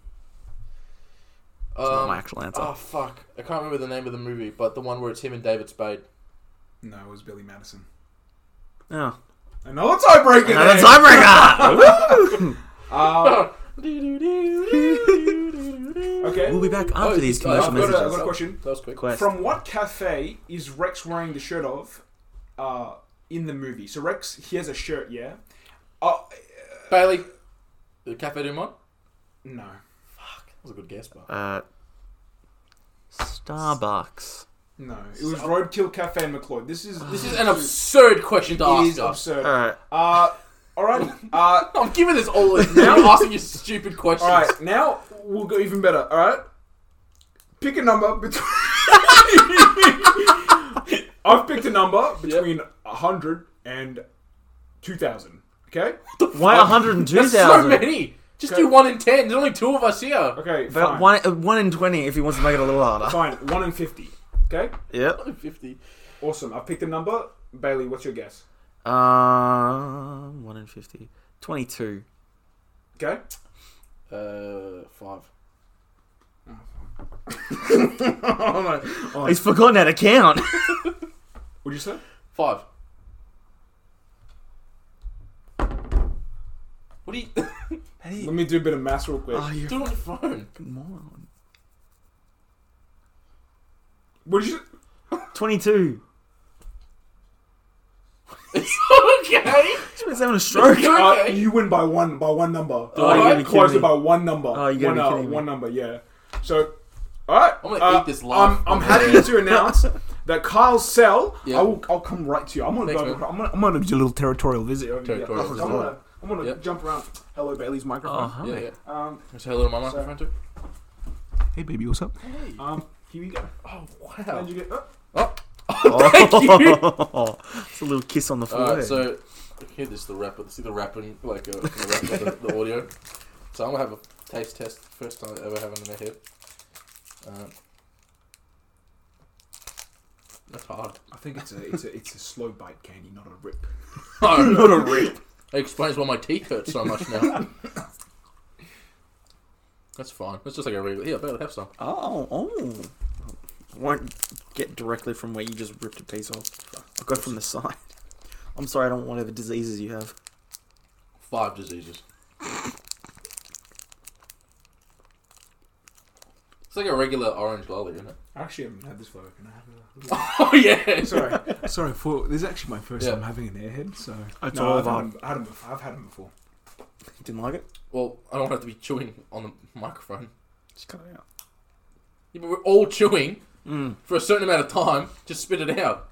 Not my
um,
actual answer.
oh fuck! I can't remember the name of the movie, but the one where it's him and David Spade.
No, it was Billy Madison.
Oh.
Another tiebreaker.
Another
there.
tiebreaker!
Um, okay.
we'll be back after
Oh,
these
uh, I've
commercial
I've got, a, I've
messages.
got a question.
That was quick.
Quest.
From what cafe is Rex wearing the shirt of uh, in the movie? So Rex, he has a shirt, yeah? Uh,
Bailey, the Cafe Du Monde.
no.
That was a good guess, but
uh, Starbucks.
No. It was Roadkill Cafe in McLeod. This is...
this is an absurd question to
Ah,
It
ask
is
us.
absurd.
Alright.
Uh, alrighty. Uh,
I'm giving this all in. Now I'm asking you stupid questions.
alright, now we'll go even better, alright? Pick a number between... I've picked a number between a 100 and 2,000, okay?
Why 102,000?
There's so many. Just
Okay.
do one in ten. There's only two of us here.
Okay,
But
fine.
one, uh, one in 20 if he wants to make it a little harder.
Fine, 1 in 50, okay?
Yep.
Fifty.
Awesome. I've picked a number. Bailey, what's your guess?
Um, 1 in 50. 22.
Okay.
Uh, five.
Oh no. Oh,
He's forgotten how to count.
Would you say?
Five. What are you
Let me do a bit of maths real quick.
oh, you're
doing on the phone?
a moron.
Would you?
22.
It's okay.
He's having a stroke.
You're
Uh,
okay.
you win by one by one number.
Oh, you're
Alright,
gonna be
close
kidding
it by one number.
Oh, you're gonna
one,
be
uh,
kidding me.
one number. Yeah. So, all right.
I'm gonna
uh,
eat this
I'm,
laugh.
I'm happy to announce that Kyle Sell.
Yeah.
I will. I'll come right to you. I'm gonna
Thanks,
go.
man.
I'm gonna. I'm gonna do a little territorial visit. over here.
Territorial
I'm
visit.
gonna. I'm gonna
Yeah.
jump around. Hello, Bailey's
Oh,
microphone.
hi.
yeah, yeah.
Um,
Can I say hello to my microphone too?
hey, baby, what's up?
Hey.
Um, here we go.
Oh
How
wow.
did you get? Oh,
Oh.
Thank you.
it's a little kiss on the forehead.
Alright, so here this is the rapper. See the rapping like uh, the, rap of the, the audio. So I'm gonna have a taste test. First time I ever having in a hip. Um, that's hard.
I think it's a. It's a. It's a slow bite candy, not a rip.
not a rip. Oh, It explains why my teeth hurt so much now. That's fine. That's just like a regular. Yeah, better have some.
oh, oh. Won't get directly from where you just ripped a piece off. I'll go from the side. I'm sorry, I don't want whatever diseases you have.
Five diseases. It's like a regular orange lolly, isn't it?
I actually haven't had this photo. Can I have
Oh yeah.
a Sorry, sorry. For this is actually my first
Yeah.
time having an airhead, so
It's all
I've had,
about-
them, had 'em before. I've had them before.
Didn't like it?
Well, I don't have to be chewing on the microphone.
Just cut it out.
Yeah, but we're all chewing
Mm.
for a certain amount of time. Just spit it out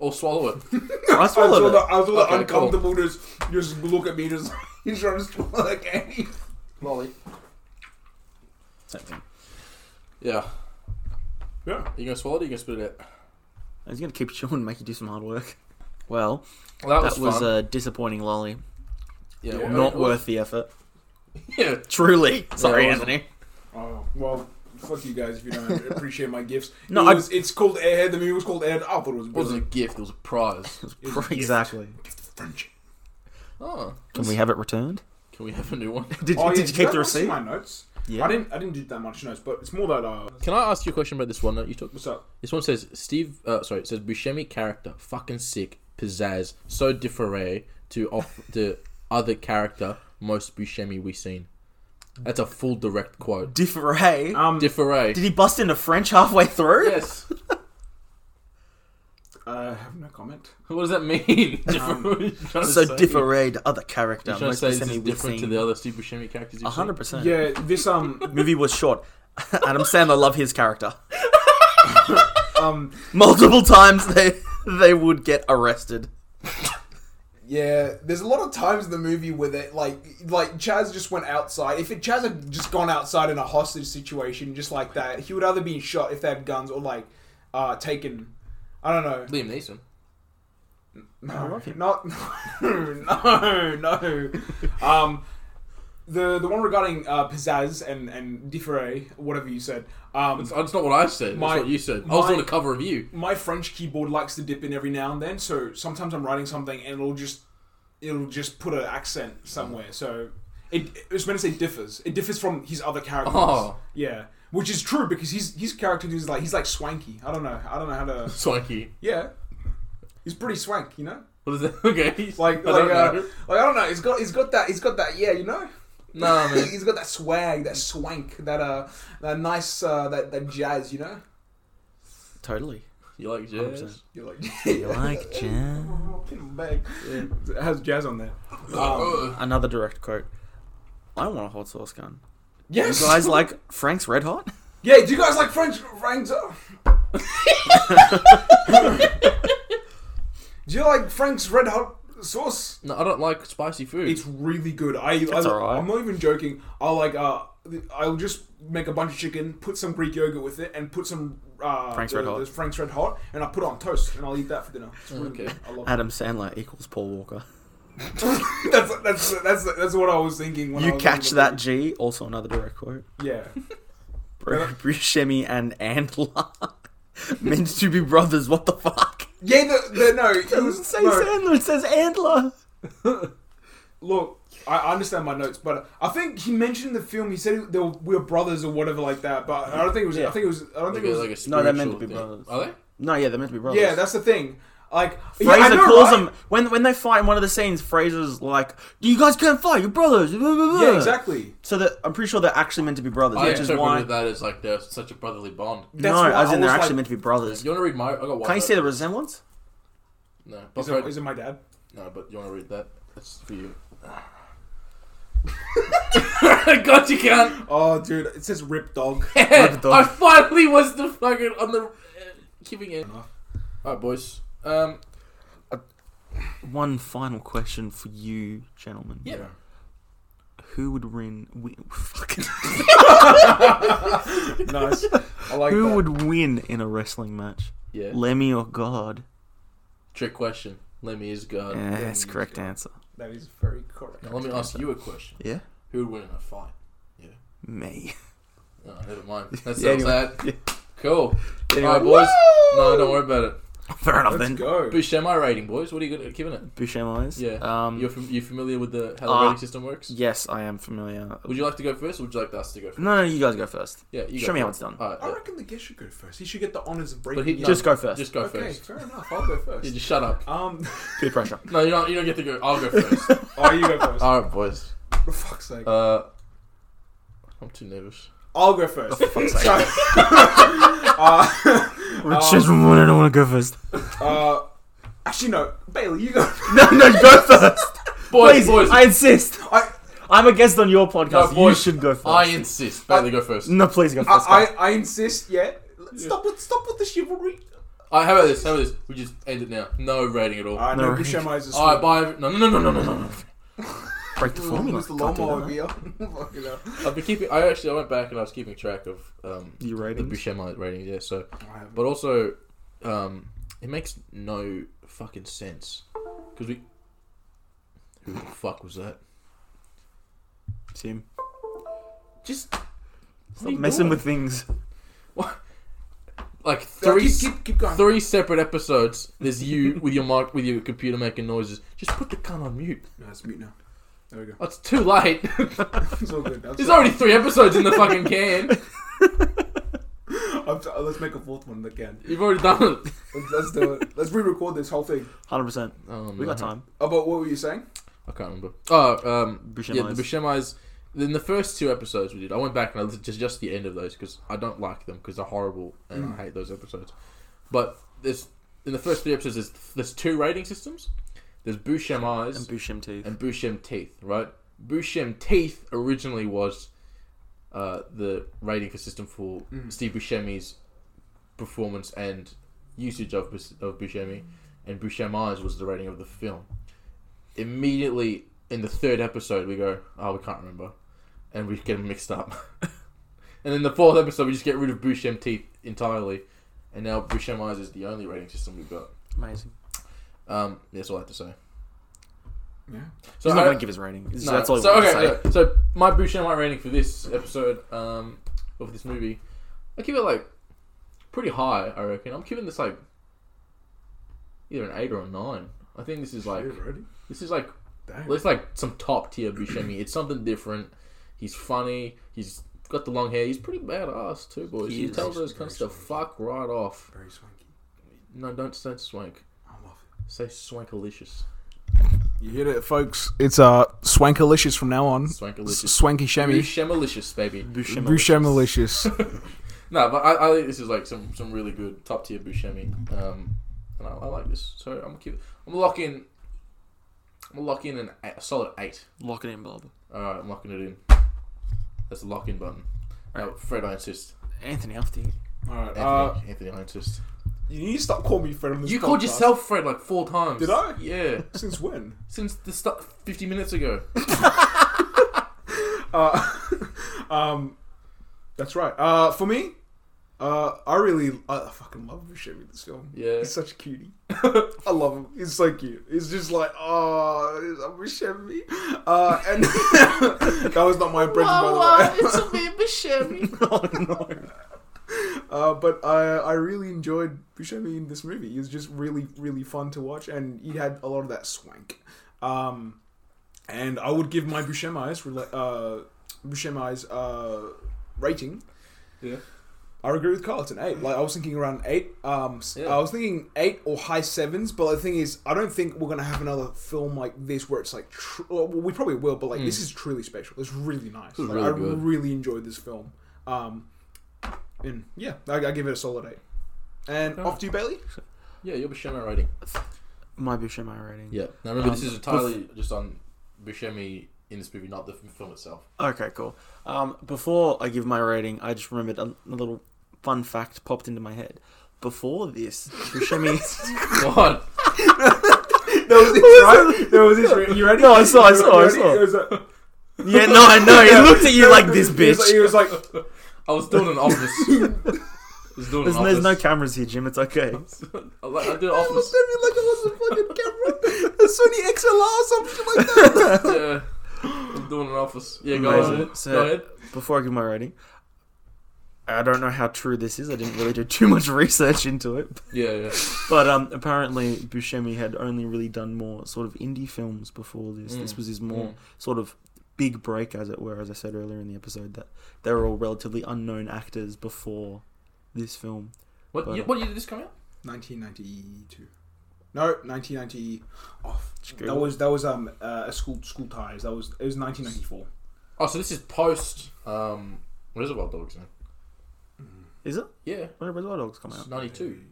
or swallow it.
I
I saw
swallowed
the,
it.
I saw
Okay,
the uncomfortable. Just, just look at me. Just he's trying to swallow the candy.
Lolly.
Same thing.
Yeah.
Yeah.
Are you gonna swallow it? Or are you gonna spit it out?
I was going to keep chewing and make you do some hard work. Well,
Well,
that was
fun.
a disappointing lolly.
yeah,
yeah,
well,
Not
it was-
worth the effort.
Yeah.
Truly. Sorry,
it wasn't.
Anthony.
Oh well, fuck you guys if you don't appreciate my gifts.
No,
No,
I-
it's called airhead. The movie was called airhead. I thought it was
It wasn't
brilliant.
a gift. It was a prize.
It was a gift.
exactly.
Gift of friendship.
Oh,
Can we have it returned?
can we have a new one?
Did,
Oh, yeah,
did you keep
guys
the
wanna see
receipt?
My notes.
Yeah.
I didn't. I didn't do that much notes, but it's more that. Uh,
Can I ask you a question about this one that you took?
what's up?
This one says Steve. Uh, sorry, it says Buscemi character fucking sick pizzazz, so different to off the other character most Buscemi we seen. That's a full direct quote.
Differay.
Um,
Different.
Oh. Did he bust into French halfway through?
Yes.
Uh, I have no comment.
What does that mean? Different. What are you trying to
Um, So
say?
differay to other character.
You're trying to
Most
say this
recently
is
we've
different to
seen.
the other Steve Buscemi characters you've seen?
100%.
Yeah, this um
Movie was short. Adam Sandler loved his character.
um
Multiple times they they would get arrested.
yeah. There's a lot of times in the movie where they like like Chaz just went outside. If it, Chaz had just gone outside in a hostage situation, just like that, he would either be shot if they had guns or like uh taken. I don't know.
Liam Neeson.
No, Not no, no, no. um, the the one regarding uh, pizzazz and and differe, whatever you said. Um,
It's, it's not what I said. That's
My-
what you said. I was
my-
on a cover of you.
my French keyboard likes to dip in every now and then, so sometimes I'm writing something and it'll just it'll just put an accent somewhere. So it it was meant to say differs. It differs from his other characters.
Oh.
Yeah. Which is true because his his character is like he's like swanky. I don't know. I don't know how to.
Swanky.
Yeah, he's pretty swank, you know.
What is that? Okay. I
Like, like,
don't
uh,
know.
like I don't know. He's got, he's got that, he's got that. Yeah, you know,
Nah, man.
he's got that swag, that swank, that uh, that nice, uh, that that jazz. You know,
Totally.
You like jazz?
100%.
you're like,
You like jazz?
pin him back. It has jazz on there. Um,
Oh.
Another direct quote. I want a hot sauce gun. You
Yes,
guys like Frank's Red Hot?
Yeah, do you guys like French Frank's? do you like Frank's red hot sauce?
No, I don't like spicy food.
It's really good. I, I
alright.
I'm not even joking. I'll like uh I'll just make a bunch of chicken, put some Greek yogurt with it, and put some uh,
Frank's
the-
Red Hot.
the Frank's Red Hot, and I put it on toast, and I'll eat that for dinner. It's really
Okay.
good. I love
Adam Sandler equals Paul Walker.
it. that's, that's that's that's what I was thinking. When I
You
was
catch
thinking
that
of
G. Also another direct quote.
it. Yeah.
Bru- Buscemi and Andler meant to be brothers. What the fuck?
Yeah. The, the, no. It
It
was,
doesn't say
no.
Sandler. It says Andler.
Look, I, I understand my notes, but I think he mentioned in the film. He said they were, we were brothers or whatever like that. But I don't think it was. I
Yeah.
think it was. I
like
don't think
a,
it was.
like a
No, they're meant
spiritual
to be
thing.
brothers.
Are they?
No, yeah, they're meant to be brothers.
yeah, that's the thing. Like yeah, I
Fraser
know,
calls
right?
them when when they fight in one of the scenes. Fraser's like, "You guys can't fight, you're brothers." blah, blah, blah."
Yeah, exactly.
So that I'm pretty sure they're actually meant to be brothers,
I
which is
interpreted
why.
that as like they're such a brotherly bond.
That's
no,
why
as
I
in they're
was
actually
like-
meant to be brothers.
You want to read my? I got one.
Can you see the resemblance?
No, but
Is it, is it my dad?
no, but you want to read that? That's for you. God, you can't.
Oh, dude, it says "rip dog."
I finally was the fucking on the uh, keeping it. All right, boys. Um,
One final question for you, gentlemen.
yeah.
Who would win? win fucking,
nice. I like
who
that.
would win in a wrestling match?
Oh Yeah.
Lemmy or God?
Trick question. Uh, Lemmy is God.
Yeah, that's
Lemmy's
correct answer.
That is very correct.
Now let me ask you a question.
Yeah.
Who would win in a fight?
Me.
Oh, never mind. That sounds
Yeah, anyway.
that. Cool.
Anyway.
All right, boys. No, don't worry about it.
Fair enough
Let's
then.
go.
Buscemi rating, boys. What are you gonna- giving it?
Buscemi eyes.
Yeah.
Um,
You're fam- you familiar with the how the
Ah.
rating system works?
yes, I am familiar.
Would you like to go first, or would you like us to go first?
No, no, you guys go first.
Yeah, you
Show
go
me how
first.
it's done.
All right,
I
yeah.
reckon the guest should go first. He should get the honors of breaking.
But he
it
no,
up.
Just go first.
Just go
okay,
first.
fair enough. I'll go first.
Yeah, just shut up.
Um,
Peer pressure.
No, you don't. You don't get to go. I'll go first.
oh, you go first.
All right, boys.
For fuck's sake.
Uh, I'm too nervous.
I'll go first. So,
Richard's one. I don't want to go first.
uh, actually, no, Bailey, you go.
No, no, go first.
Boys,
Please,
boys.
I insist.
I,
I'm a guest on your podcast.
No, boys,
you should go first.
I insist. Bailey, go first.
no, please go first.
I,
guys.
I, I insist. Yeah. Stop with stop with the chivalry.
All right, how about this? How about this? We just end it now. No rating at all.
I
All
know
right.
Buscemi is a
right, bye. No, no, no, no, no, no, no.
Break
Mm,
the formula.
Who's the
Can't do
lawnmower
that.
here? Fucking hell.
I've been keeping. I actually I went back and I was keeping track of um
You
the
ratings.
Buscemi ratings. Yeah, so but also um it makes no fucking sense because we. Who the fuck was that?
Tim,
Just
stop messing with things.
like three
keep-
s-
keep- keep going.
three separate episodes. There's you with your mic with your computer making noises. Just put the cunt on mute.
No, it's mute now. There we go.
Oh, it's too late.
It's all good.
There's already three episodes in the fucking can.
I'm, so- let's make a fourth one again.
You've already done it.
Let's, let's do it. Let's re-record this whole thing.
Hundred percent.
Oh,
We
no.
got time.
About what were you saying?
I can't remember. Oh, um, yeah,
Buscemi's.
the Buscemi's. In the first two episodes we did, I went back and I listened to just just the end of those because I don't like them because they're horrible and
Mm.
I hate those episodes. But there's in the first three episodes there's, there's two rating systems. There's
And
Buscemi's
Bushem teeth.
and Bushem Teeth, right? Bushem Teeth originally was uh, the rating for system for
Mm.
Steve Buscemi's performance and usage of Bus- of Buscemi, and Buscemi's was the rating of the film. Immediately in the third episode, we go, oh, we can't remember, and we get them mixed up. and then the fourth episode, we just get rid of Bushem Teeth entirely, and now Buscemi's is the only rating system we've got.
Amazing.
Um, that's all I have to say.
Yeah.
So
He's not
I-
going to give his rating.
no.
That's all he
so
wants to
okay,
say.
okay. so my Buscemi my rating for this episode um, of this movie, I give it like pretty high. I reckon I'm giving this like either an eight or a nine. I think this is like
Shit, already?
this is like
Damn.
well, it's like some top tier Buscemi. It's something different. He's funny. He's got the long hair. He's pretty badass too, boys.
He
He,
is.
tells those cunts to fuck right off.
Very swanky.
No, don't say swank.
I love it.
Say swankalicious.
You heard it, folks. It's uh, swankalicious from now on.
Swankalicious.
Swanky Shemmy.
Buscemalicious, baby.
Bushem.
Bushemalicious.
No, but I, I think this is like some, some really good top tier Buscemi, um, and I, I like this. So I'm gonna keep, I'm locking, I'm locking an eight, a solid eight.
Lock it in, Bob.
All right, I'm locking it in. That's the lock in button. No, Fred, I insist.
Anthony Alfty.
Alright,
Anthony,
uh,
Anthony, I insist.
you need to stop calling me Fred on this
You called
podcast.
yourself Fred like four times.
Did I?
Yeah,
Since when?
since the start, fifty minutes ago.
Um, that's right. Uh, for me, uh, I really I fucking love Buscemi in this film.
Yeah.
he's such a cutie. I love him. He's so cute. He's just like, oh, I'm Buscemi. Uh, and that was not my impression, by the way.
a bit Buscemi.
Uh, but I I really enjoyed Buscemi in this movie. He was just really really fun to watch, and he had a lot of that swank. Um, and I would give my Buscemi's rela- uh Buscemi's uh rating.
Yeah.
I agree with Carl. It's an eight. Like I was thinking around eight. Um, s-
Yeah.
I was thinking eight or high sevens. But the thing is, I don't think we're gonna have another film like this where it's like. Tr- well, we probably will, but
Hmm.
like this is truly special. It's really nice.
was
Like,
really
I
good.
really enjoyed this film. Um, and yeah, I, I give it a solid eight. And off to you, Bailey.
Yeah, you're Buscemi rating.
My Bushem rating.
Yeah. Now remember, this
Um,
is entirely just on Buscemi in this movie, not the f- film itself.
Okay, cool. Um, before I give my rating, I just remembered a, a little fun fact popped into my head. Before this, Buscemi.
God.
That was it, right? That was it. You ready?
No, I saw, I
You
saw, I
ready?
saw.
It was like-
yeah, no, I know. He looked at you like this,
He was
bitch.
like- He was like,
I was doing an office. I was doing
There's,
an
there's no
office.
cameras here, Jim. It's okay.
I, like, I did
I was
office.
gonna be like, I was a fucking camera, a Sony XLR, or something like that.
yeah. I'm doing an office. Yeah, go
Amazing.
ahead.
So-
go ahead.
Before I give my rating, I don't know how true this is. I didn't really do too much research into it,
Yeah, yeah.
But um, apparently Buscemi had only really done more sort of indie films before this.
Mm.
This was his more sort of big break, as it were. As I said earlier in the episode, that they were all relatively unknown actors before this film.
What,
But,
year-
uh,
what year did this come out?
1992. No, 1990. Oh, that
Google.
was that was um uh, a school school ties. That was it was 1994.
Oh, so this is post um, Reservoir Dogs, man.
Is it?
Yeah,
When did Reservoir Dogs come
it's
out?
92.
Really?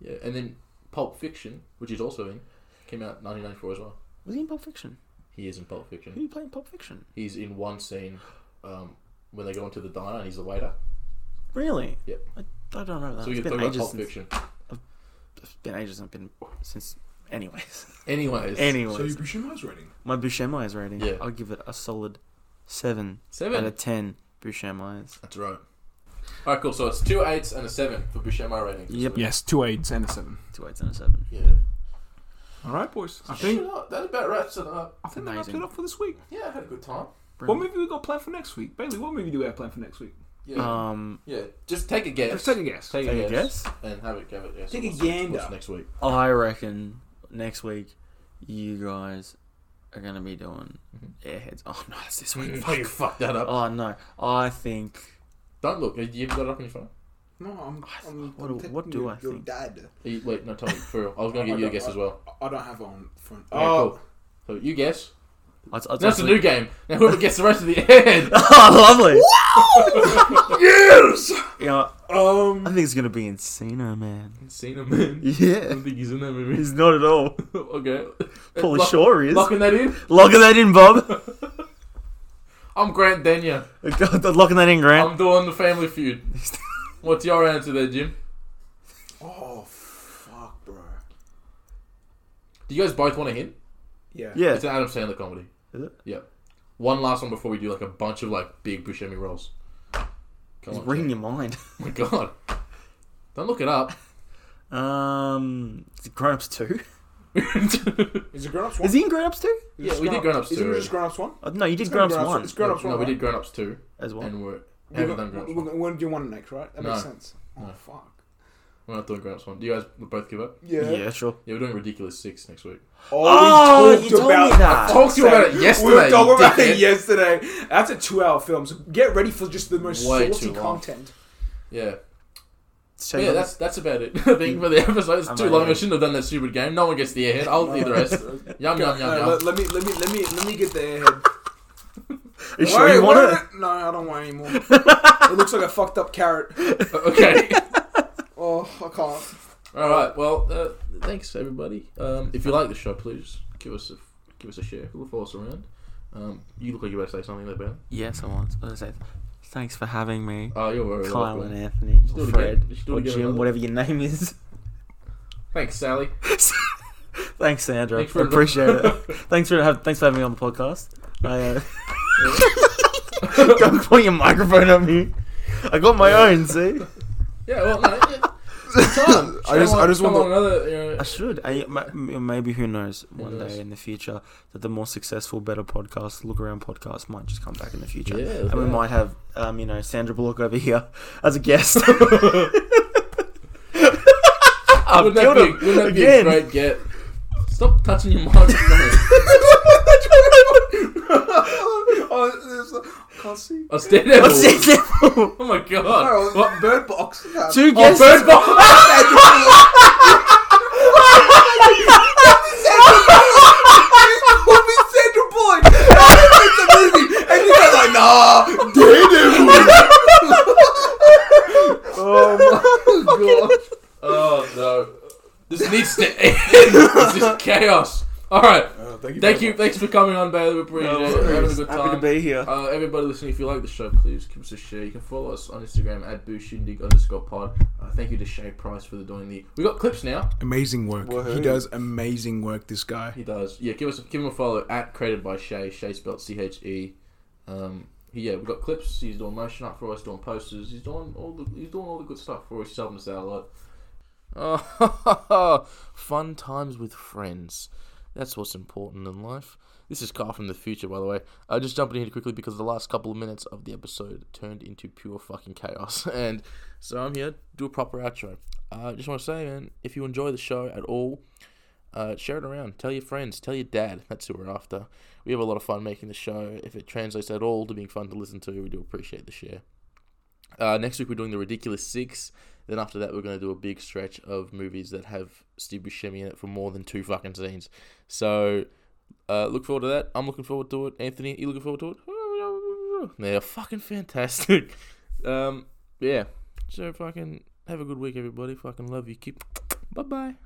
Yeah, and then Pulp Fiction, which is also in, came out 1994 as well.
Was he in Pulp Fiction?
He is in Pulp Fiction.
Who did he play in Pulp Fiction?
He's in one scene um, when they go into the diner and he's the waiter.
Really?
Yep.
I, I don't know that.
So we
it's
can talk
been
about
ages.
Pulp
Since,
Fiction.
it's been ages. I've been since. Anyways.
Anyways.
So you
Anyways.
Buscemi's rating?
my Buscemi's rating.
Yeah.
I'll give it a solid seven, out
Seven.
of ten. Buscemi's.
That's right. All right, cool. So it's two eights and a seven for Buscemi rating.
Yep.
Yes, two eights and a seven.
Two eights and a seven.
Yeah.
All right, boys. I
Shut
think
up. That about wraps it up.
I think that wraps
Amazing.
it up for this week.
Yeah, I had a good time.
What movie we got planned for next week, Bailey? What movie do we have planned for next week?
Yeah.
Um,
yeah. Just take a guess.
Just take a guess.
Take,
take
a
a
guess.
guess. Oh,
And have it, give it. a guess.
Take a
What's- what's
gander.
next week.
I reckon next week you guys are gonna be doing airheads. Oh no, it's this week.
you fucked that up.
Oh no, I think
Don't look. You've got it up in your phone.
No, I'm. I'm
What
I'm
do- what
texting
do
your-
I
your
think?
Dad.
You- wait, no, tell me. For real. I was going to give you a guess as well.
I don't have it on front.
Okay,
oh,
cool. So you guess.
that's, that's
That's a
actually-
new game. Now whoever gets the rest of the end.
oh, lovely.
yes.
You know, I
Um,
think it's gonna be Encino Man.
Seen him, man. I
Yeah,
don't think he's in that movie.
he's not at all.
okay.
Paul
Lock-
Shore is.
Locking that in.
Locking that in, Bob.
I'm Grant Denya.
Locking that in, Grant.
I'm doing the Family Feud. What's your answer there, Jim?
oh, fuck, bro.
Do you guys both want a hint?
Yeah.
yeah.
It's an Adam Sandler comedy.
Is it?
Yep. One last one before we do like a bunch of like big Buscemi rolls. Come
It's
on,
reading
Jim.
your mind.
Oh my god. Don't look it up.
Um, is it Grown Ups 2?
Is it Grown Ups One?
Is he in Grown Ups 2?
Is it
Yeah, we did Grown Ups
Isn't
two
it just Grown Ups One?
Oh, no, you did
It's
Grown
gonna be
Ups
Grown Ups-
1
it's Grown Ups
no,
one,
we did
right?
Grown Ups two,
as well.
and we're we
We're
haven't
gonna-
done Grown Ups
we're
one.
gonna- We're gonna do one next, right? That
No.
makes sense. Oh
No.
fuck.
We're not doing Grown Ups one. Do you guys both give up?
Yeah.
Yeah, sure.
Yeah, we're doing Ridiculous six next week.
Oh, you told me that.
I
Talked to you about it
We were
yesterday,
talking
you
about it
dickhead.
yesterday. That's a two-hour film. So get ready for just the most
Way too
salty
long.
content.
Yeah,
Let's
yeah,
check
that's that's about it. I think for the episode, it's
I'm
too
out
long.
of
I
here.
shouldn't have done that stupid game. No one gets the airhead. I'll eat the rest. Yum
Okay,
yum yum
no,
yum.
Let, let me let me let me let me get the airhead.
Are
Why-
you sure you
why
want it?
don't- No, I don't want it anymore. it looks like a fucked up carrot.
okay.
Oh, I can't.
All right. Well, uh, thanks everybody. Um, if you like the show, please give us a give us a share. We'll follow us around. Um, you look like you're about to say something there, Ben.
Yes, I want. I say, thanks for having me,
Oh, you're very
Kyle
welcome.
and Anthony,
Let's do
or
it
Fred,
again. Let's do it
or
again,
Jim,
brother.
whatever your name is.
Thanks, Sally.
Thanks, Sandra.
Thanks for-
Appreciate it. thanks for have, thanks for having me on the podcast. I, uh, don't point your microphone at me. I got my own. See,
Yeah. Well, no, yeah. It's time.
I just- I just
Come
want
on, another. You know,
I should. I ma- m- maybe who knows one
knows?
day in the future that the more successful, better podcast, look around podcast might just come back in the future,
Yeah,
and we
yeah.
might have um, you know Sandra Bullock over here as a guest. I've
wouldn't that,
killed
be,
him
wouldn't that be a
again.
great get? Stop touching your microphone.
Oh, there's- I can't see.
I stand there.
What's this level?
Oh my
Oh,
god. What?
Bird box.
Two
Oh,
guests.
bird box.
What is Sandra Bullock? It's a movie, and you guys like, nah, Daredevil.
Oh my god. Oh no. This needs to end. this is chaos. All right.
Oh, Thank you.
Thank you. Thanks for coming on, Bailey. We appreciate it. We're having a good
Happy to
time.
be here.
Uh, everybody listening, if you like the show, please give us a share. You can follow us on Instagram at booshundig underscore pod. Uh, thank you to Shay Price for the doing the. We got clips now.
Amazing work. He
Woohoo.
does amazing work. This guy.
He does. Yeah, give us give him a follow at created by Shay. Shay spelled C H E. Um, he- yeah, we got clips. He's doing motion art for us, doing posters. He's doing all the he's doing all the good stuff for us. He's helping us out a lot. Oh, fun times with friends. That's what's important in life. This is Car from the Future, by the way. Uh, just jumping in here quickly because the last couple of minutes of the episode turned into pure fucking chaos. And so I'm here to do a proper outro. uh, just want to say, man, if you enjoy the show at all, uh, share it around. Tell your friends. Tell your dad. That's who we're after. We have a lot of fun making the show. If it translates at all to being fun to listen to, we do appreciate the share. Uh, next week, we're doing The Ridiculous Six. Then after that, we're going to do a big stretch of movies that have Steve Buscemi in it for more than two fucking scenes. So uh, look forward to that. I'm looking forward to it. Anthony, you looking forward to it? They're fucking fantastic. Um, yeah. So fucking have a good week, everybody. Fucking love you. Keep. Bye bye.